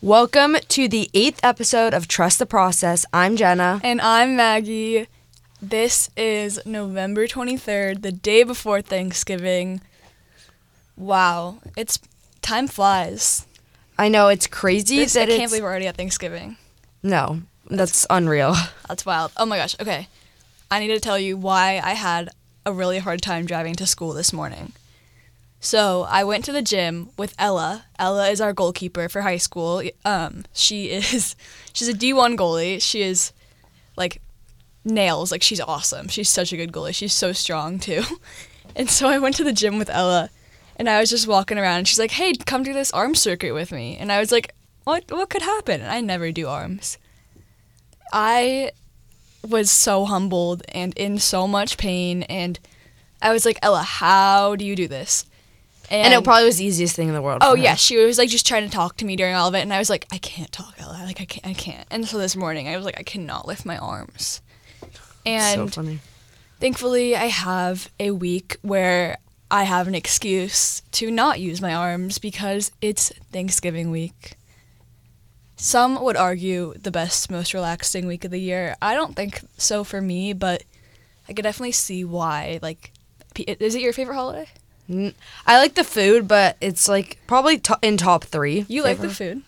Welcome to the eighth episode of Trust the Process. I'm Jenna. And I'm Maggie. This is November 23rd, the day before Thanksgiving. Wow, it's time flies. I know it's crazy This- I that can't it's believe we're already at Thanksgiving. no, that's unreal. That's wild. Oh my gosh. Okay. I need to tell you why I had a really hard time driving to school this morning. So I went to the gym with Ella. Ella is our goalkeeper for high school. Um, she is, she's a D1 goalie. She is like nails. Like she's awesome. She's such a good goalie. She's so strong too. And so I went to the gym with Ella and I was just walking around and she's like, hey, come do this arm circuit with me. And I was like, what, what could happen? And I never do arms. I was so humbled and in so much pain and I was like, Ella, how do you do this? And, it probably was the easiest thing in the world. Oh for her. yeah, she was like just trying to talk to me during all of it, and I was like, I can't talk, Ella. Like I can't, I can't. And so this morning, I was like, I cannot lift my arms. so And funny. thankfully, I have a week where I have an excuse to not use my arms because it's Thanksgiving week. Some would argue the best, most relaxing week of the year. I don't think so for me, but I could definitely see why. Like, pe- is it your favorite holiday? N- I like the food, but it's like probably to- in top three. You like the favorite. food.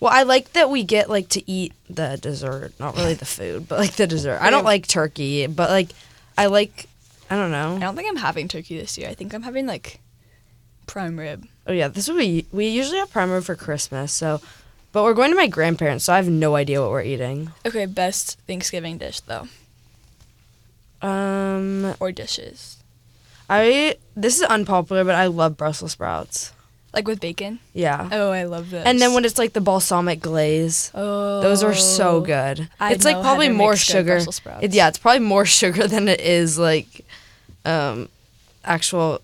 Well, I like that we get like to eat the dessert, not really the food, but like the dessert. I don't Yeah. like turkey, but like I like I don't know. I don't think I'm having turkey this year. I think I'm having like prime rib. Oh yeah, this would be we usually have primer for Christmas, so but we're going to my grandparents, so I have no idea what we're eating. Okay, best Thanksgiving dish though, Um or dishes. I this is unpopular, but I love Brussels sprouts. Like with bacon. Yeah. Oh, I love those. And then when it's like the balsamic glaze, oh, those are so good. I it's like know probably Heather more makes good sugar. Brussels sprouts. It, yeah, it's probably more sugar than it is like um actual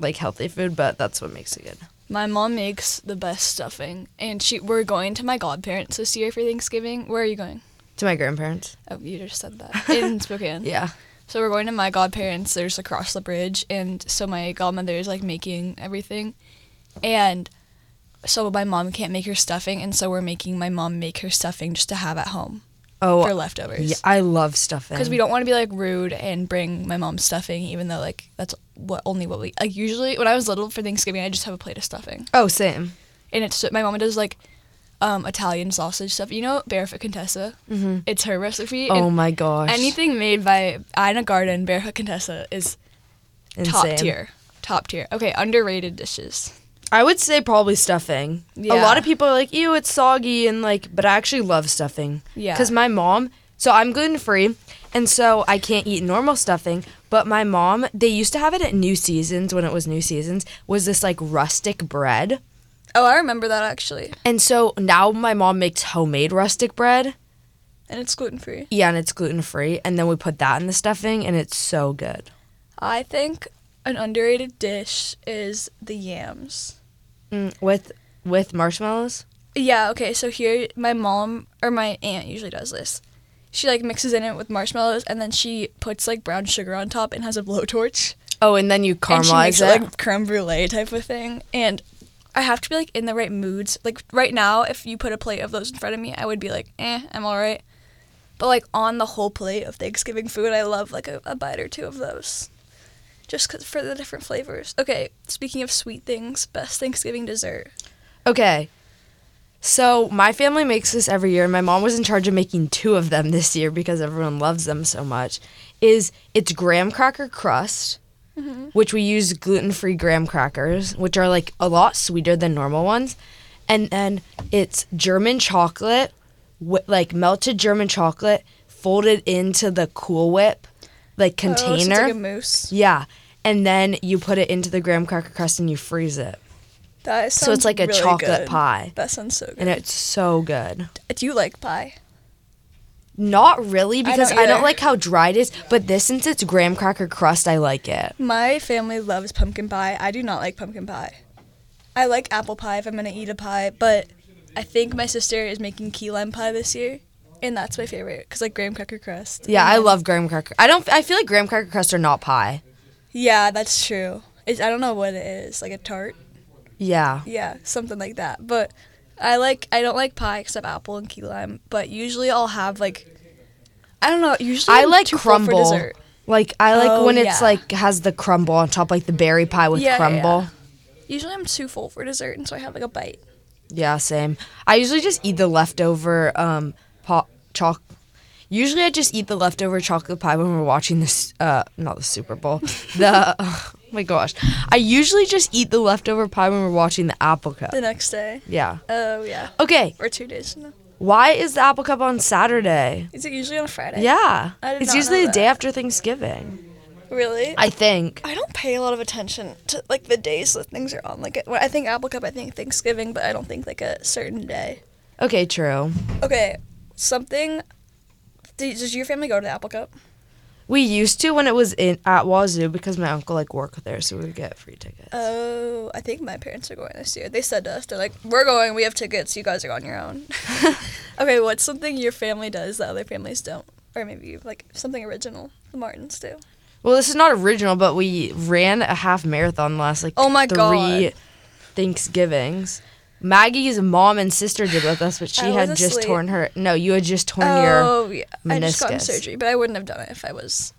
like healthy food, but that's what makes it good. My mom makes the best stuffing, and she we're going to my godparents this year for Thanksgiving. Where are you going? To my grandparents. Oh, you just said that in Spokane. Yeah. So we're going to my godparents. There's across the bridge, and so my godmother is like making everything, and so my mom can't make her stuffing, and so we're making my mom make her stuffing just to have at home Oh, for leftovers. yeah, I love stuffing. Because we don't want to be like rude and bring my mom's stuffing, even though like that's what only what we like. Usually, when I was little for Thanksgiving, I just have a plate of stuffing, Oh, same. and it's my mom does like um, Italian sausage stuff. You know, Barefoot Contessa. Mm-hmm. It's her recipe. Oh and my gosh. anything made by Ina Garden, Barefoot Contessa is top Insane. tier. Top tier. Okay, underrated dishes. I would say probably stuffing. A Yeah. lot of people are like, "Ew, it's soggy," and like, but I actually love stuffing. Yeah. Because my mom, so I'm gluten free, and so I can't eat normal stuffing. But my mom, they used to have it at New Seasons when it was New Seasons, was this like rustic bread, Oh, I remember that actually, and so now my mom makes homemade rustic bread. and it's gluten free. Yeah, and it's gluten free, and then we put that in the stuffing, and it's so good. I think an underrated dish is the yams. Mm, with with marshmallows. Yeah, okay, so here my mom or my aunt usually does this. She like mixes in it with marshmallows and then she puts like brown sugar on top and has a blowtorch. Oh, and then you and she makes caramelize it. it like creme brulee type of thing. And I have to be like in the right moods. Like right now, if you put a plate of those in front of me, I would be like, eh, I'm all right. But like on the whole plate of Thanksgiving food, I love like a, a bite or two of those. Just 'cause- for the different flavors. Okay, speaking of sweet things, best Thanksgiving dessert. Okay. So my family makes this every year, and my mom was in charge of making two of them this year because everyone loves them so much. Is it's graham cracker crust, Mm-hmm. which we use gluten-free graham crackers, which are like a lot sweeter than normal ones, and then it's German chocolate, wi- like melted German chocolate folded into the Cool Whip, like Oh, so container. it's like a mousse. yeah, and then you put it into the graham cracker crust and you freeze it, That so it's sounds like a really chocolate good. pie. That sounds so good. and it's so good. Do you like pie? Not really because I don't, either. like how dry it is, but this since it's graham cracker crust, I like it. My family loves pumpkin pie. I do not like pumpkin pie. I like apple pie if I'm gonna eat a pie, but I think my sister is making key lime pie this year, and that's my favorite because like graham cracker crust. Yeah, and I then- love graham cracker. I don't. I feel like graham cracker crusts are not pie. Yeah, that's true. It's, I don't know what it is, like a tart. Yeah, Yeah, something like that. But I like I don't like pie except apple and key lime, but usually I'll have like I don't know. Usually I I'm like too full for crumble. dessert. Like I like Oh, when it's yeah. like has the crumble on top, like the berry pie with Yeah, yeah, crumble. Usually I'm too full for dessert, and so I have like a bite. Yeah, same. I usually just eat the leftover um po- choc. Usually I just eat the leftover chocolate pie when we're watching this uh not the Super Bowl. The oh my gosh. I usually just eat the leftover pie when we're watching the apple cup. The next day. Yeah. Oh yeah. Okay, Or two days. No. why is the apple cup on Saturday? Is it usually on Friday? Yeah. I did It's not usually know the day after Thanksgiving. Really? I think. I don't pay a lot of attention to like the days that things are on. Like when I think Apple Cup, I think Thanksgiving, but I don't think like a certain day. Okay, true. Okay, something. Did, does your family go to the Apple Cup? We used to when it was in at Wazoo because my uncle like worked there, so we would get free tickets. Oh, I think my parents are going this year. They said to us, they're like, "We're going. We have tickets. You guys are on your own." okay, what's something your family does that other families don't, or maybe like something original the Martins do? Well, this is not original, but we ran a half marathon last like Oh my three God. Thanksgivings. Maggie's mom and sister did with us, but I she was had just asleep. torn her. No, you had just torn your. oh yeah, I just got in meniscus. surgery, but I wouldn't have done it if I was.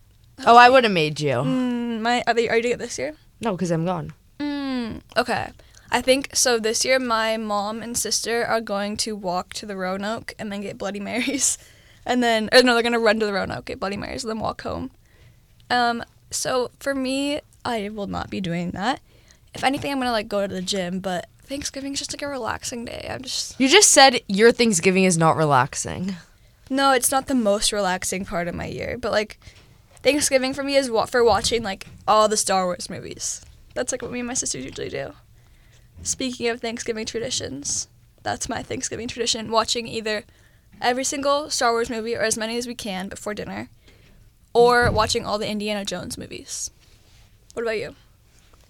Oh, I would have made you. Mm, my are, they, are you doing it this year? No, because I'm gone. Mm, okay. I think so. This year, my mom and sister are going to walk to the Roanoke and then get Bloody Marys, and then or no, they're gonna run to the Roanoke, get Bloody Marys, and then walk home. Um. So for me, I will not be doing that. If anything, I'm gonna like go to the gym. But Thanksgiving's just like a relaxing day. I'm just You just said your Thanksgiving is not relaxing. no, it's not the most relaxing part of my year. But like Thanksgiving for me is wa- for watching like all the Star Wars movies. That's like what me and my sisters usually do. Speaking of Thanksgiving traditions, that's my Thanksgiving tradition: watching either every single Star Wars movie or as many as we can before dinner, or watching all the Indiana Jones movies. What about you?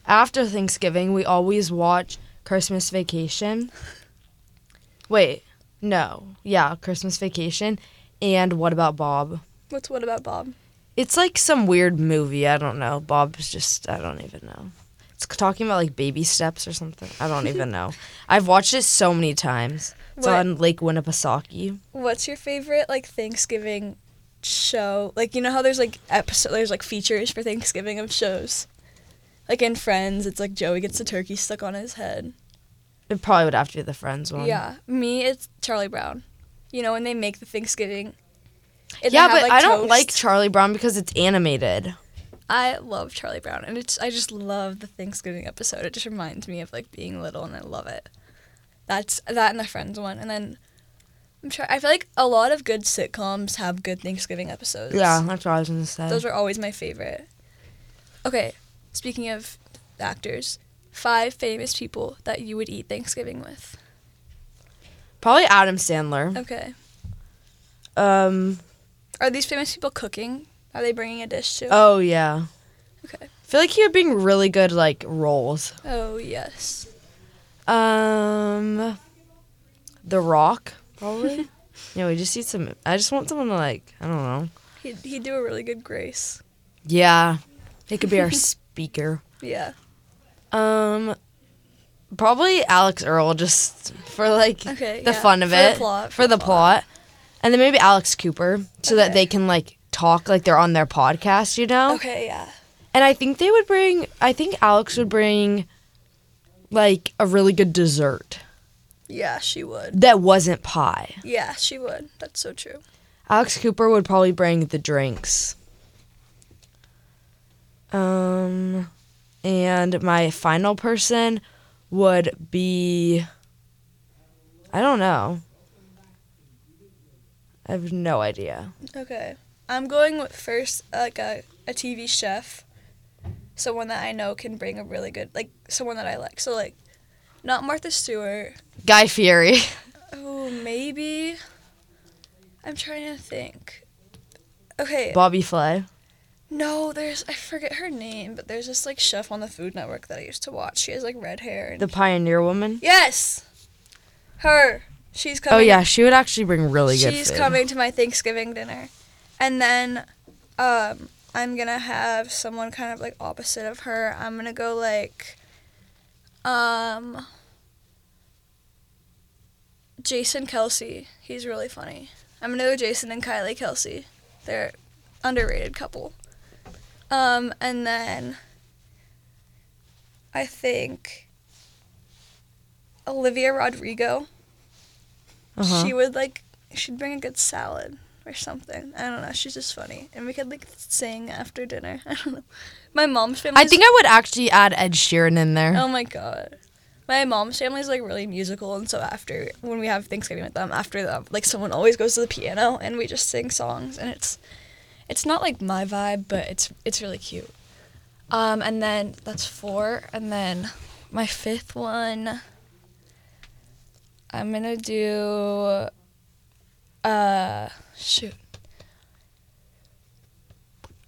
After Thanksgiving, we always watch Christmas Vacation. Wait, no. Yeah, Christmas Vacation. And what about Bob? What's what about Bob? It's like some weird movie. I don't know. Bob's just, I don't even know. It's talking about like baby steps or something. I don't even know. I've watched it so many times. It's What? on Lake Winnipesaukee. What's your favorite like Thanksgiving show? Like you know how there's like episode there's like features for Thanksgiving of shows. Like in Friends, it's like Joey gets the turkey stuck on his head. It probably would have to be the Friends one. Yeah, me it's Charlie Brown. You know when they make the Thanksgiving. and they Yeah, have, but I don't toast. like Charlie Brown because it's animated. I love Charlie Brown, and it's I just love the Thanksgiving episode. It just reminds me of like being little, and I love it. That's that and the Friends one, and then I'm sure I feel like a lot of good sitcoms have good Thanksgiving episodes. Yeah, that's what I was going to say. Those were always my favorite. Okay, speaking of actors, five famous people that you would eat Thanksgiving with. probably Adam Sandler. Okay. Um. Are these famous people cooking? Are they bringing a dish too? Oh, yeah. Okay. I feel like he would bring really good like roles. Oh, yes. Um, The Rock, probably. yeah, we just need some. I just want someone to like. I don't know. He'd, he'd do a really good grace. Yeah, it could be our speaker. Yeah. Um, probably Alex Earl, just for like Okay, the yeah. fun of For the it, plot, for the plot, and then maybe Alex Cooper, so that Okay. they can like talk like they're on their podcast, you know. Okay, yeah. And I think they would bring. I think Alex would bring, like a really good dessert Yeah, she would. that wasn't pie. Yeah, she would. That's so true. Alex Cooper would probably bring the drinks. Um, and my final person would be. I don't know. I have no idea. Okay. I'm going with first like a, a TV chef. Someone that I know can bring a really good like someone that I like. So like not Martha Stewart. Guy Fieri. Oh, maybe I'm trying to think. Okay. Bobby Flay. No, there's I forget her name, but there's this like chef on the Food Network that I used to watch. She has like red hair and The Pioneer Woman. Yes. Her. She's Oh, coming. yeah, she would actually bring really good She's food. coming to my Thanksgiving dinner. And then um, I'm going to have someone kind of like opposite of her. I'm going to go like um Jason Kelsey. He's really funny. I'm gonna go Jason and Kylie Kelsey. They're underrated couple. Um, and then I think Olivia Rodrigo. Uh-huh. She would like she'd bring a good salad or something. I don't know. She's just funny, and we could like sing after dinner. I don't know. My mom's family. I think I would actually add Ed Sheeran in there. Oh my god. My mom's family's like really musical, and so after when we have Thanksgiving with them, after them, like someone always goes to the piano, and we just sing songs, and it's, it's not like my vibe, but it's it's really cute. Um, and then that's four, and then my fifth one. I'm gonna do. Uh, shoot.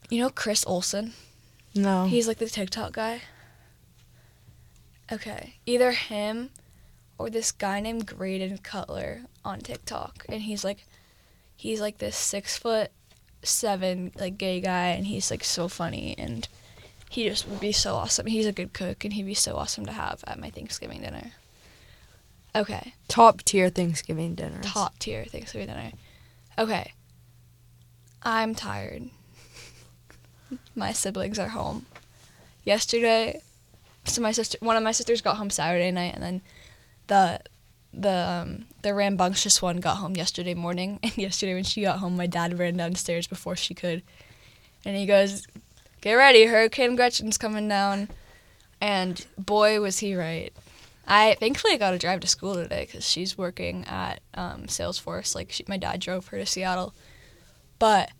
You know Chris Olsen. no. He's like the TikTok guy. Okay. Either him or this guy named Graydon Cutler on TikTok. And he's like he's like this six foot seven like gay guy and he's like so funny and he just would be so awesome. He's a good cook and he'd be so awesome to have at my Thanksgiving dinner. Okay. Top tier Thanksgiving dinner. Top tier Thanksgiving dinner. Okay. I'm tired. my siblings are home. Yesterday, so my sister, one of my sisters got home Saturday night, and then the the um, the rambunctious one got home yesterday morning. And yesterday when she got home, my dad ran downstairs before she could, and he goes, "Get ready, Hurricane Gretchen's coming down." And boy, was he right. I thankfully got to drive to school today because she's working at um, Salesforce. Like she, my dad drove her to Seattle, but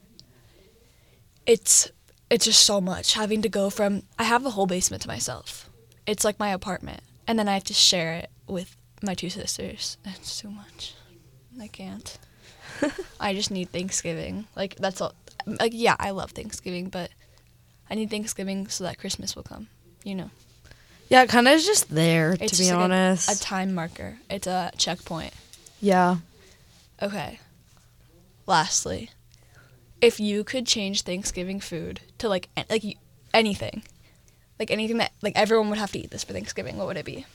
it's it's just so much having to go from. I have the whole basement to myself. It's like my apartment, and then I have to share it with my two sisters. It's too much. I can't. I just need Thanksgiving. Like that's all. Like yeah, I love Thanksgiving, but I need Thanksgiving so that Christmas will come. You know. Yeah, kind of just there to It's be just like a- honest. A, time marker. It's a checkpoint. yeah. Okay. Lastly, if you could change Thanksgiving food to like an- like you- anything, like anything that like everyone would have to eat this for Thanksgiving, what would it be?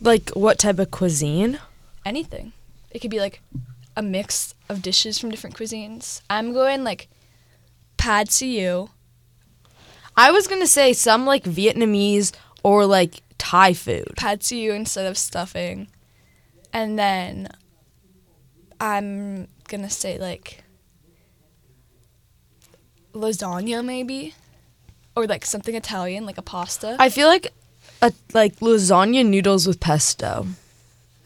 Like what type of cuisine? Anything. It could be like a mix of dishes from different cuisines. I'm going like pad see ew. I was gonna say some like Vietnamese or like Thai food. pad see ew instead of stuffing, and then I'm gonna say like lasagna maybe, or like something Italian like a pasta. I feel like a, like lasagna noodles with pesto.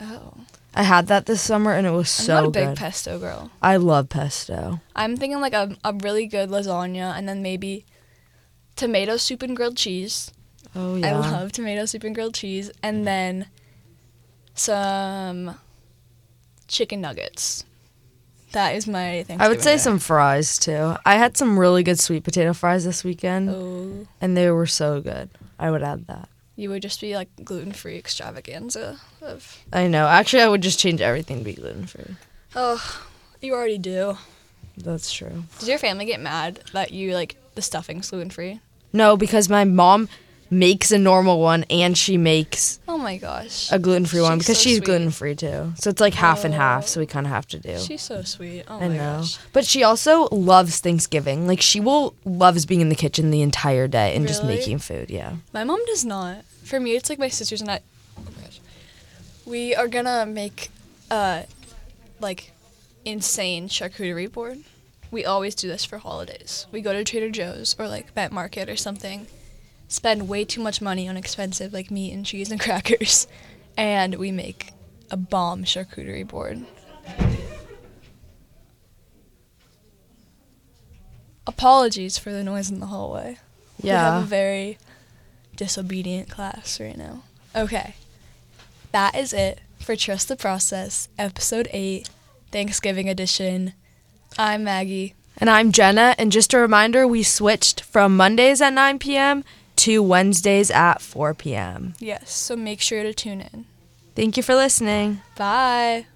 oh, I had that this summer and it was I'm so not a big good. pesto girl. I love pesto. I'm thinking like a a really good lasagna, and then maybe tomato soup and grilled cheese. Oh I love tomato soup and grilled cheese, and then some chicken nuggets. That is my Thanksgiving. I would say dinner. some fries too. I had some really good sweet potato fries this weekend Oh, and they were so good. I would add that. you would just be like gluten free extravaganza of. I know. Actually, I would just change everything to be gluten free. Oh, you already do. That's true. Does your family get mad that you like the stuffing's gluten free? No, because my mom makes a normal one and she makes Oh my gosh. a gluten free one She's because so she's sweet. gluten free too. So it's like half and half. Oh. So we kind of have to do. She's so sweet. Oh I my know. gosh. But she also loves Thanksgiving. Like she will loves being in the kitchen the entire day and just Really? making food. Yeah. My mom does not. For me, it's like my sisters and I. Oh my gosh. We are gonna make a like insane charcuterie board. We always do this for holidays. We go to Trader Joe's or like Pet Market or something, spend way too much money on expensive like meat and cheese and crackers, and we make a bomb charcuterie board. Apologies for the noise in the hallway. We have a Yeah. very disobedient class right now. Okay. That is it for Trust the Process, Episode 8, Thanksgiving Edition. I'm Maggie. And I'm Jenna. And just a reminder, we switched from Mondays at 9 p.m. to Wednesdays at 4 p.m. Yes, so make sure to tune in. Thank you for listening. Bye.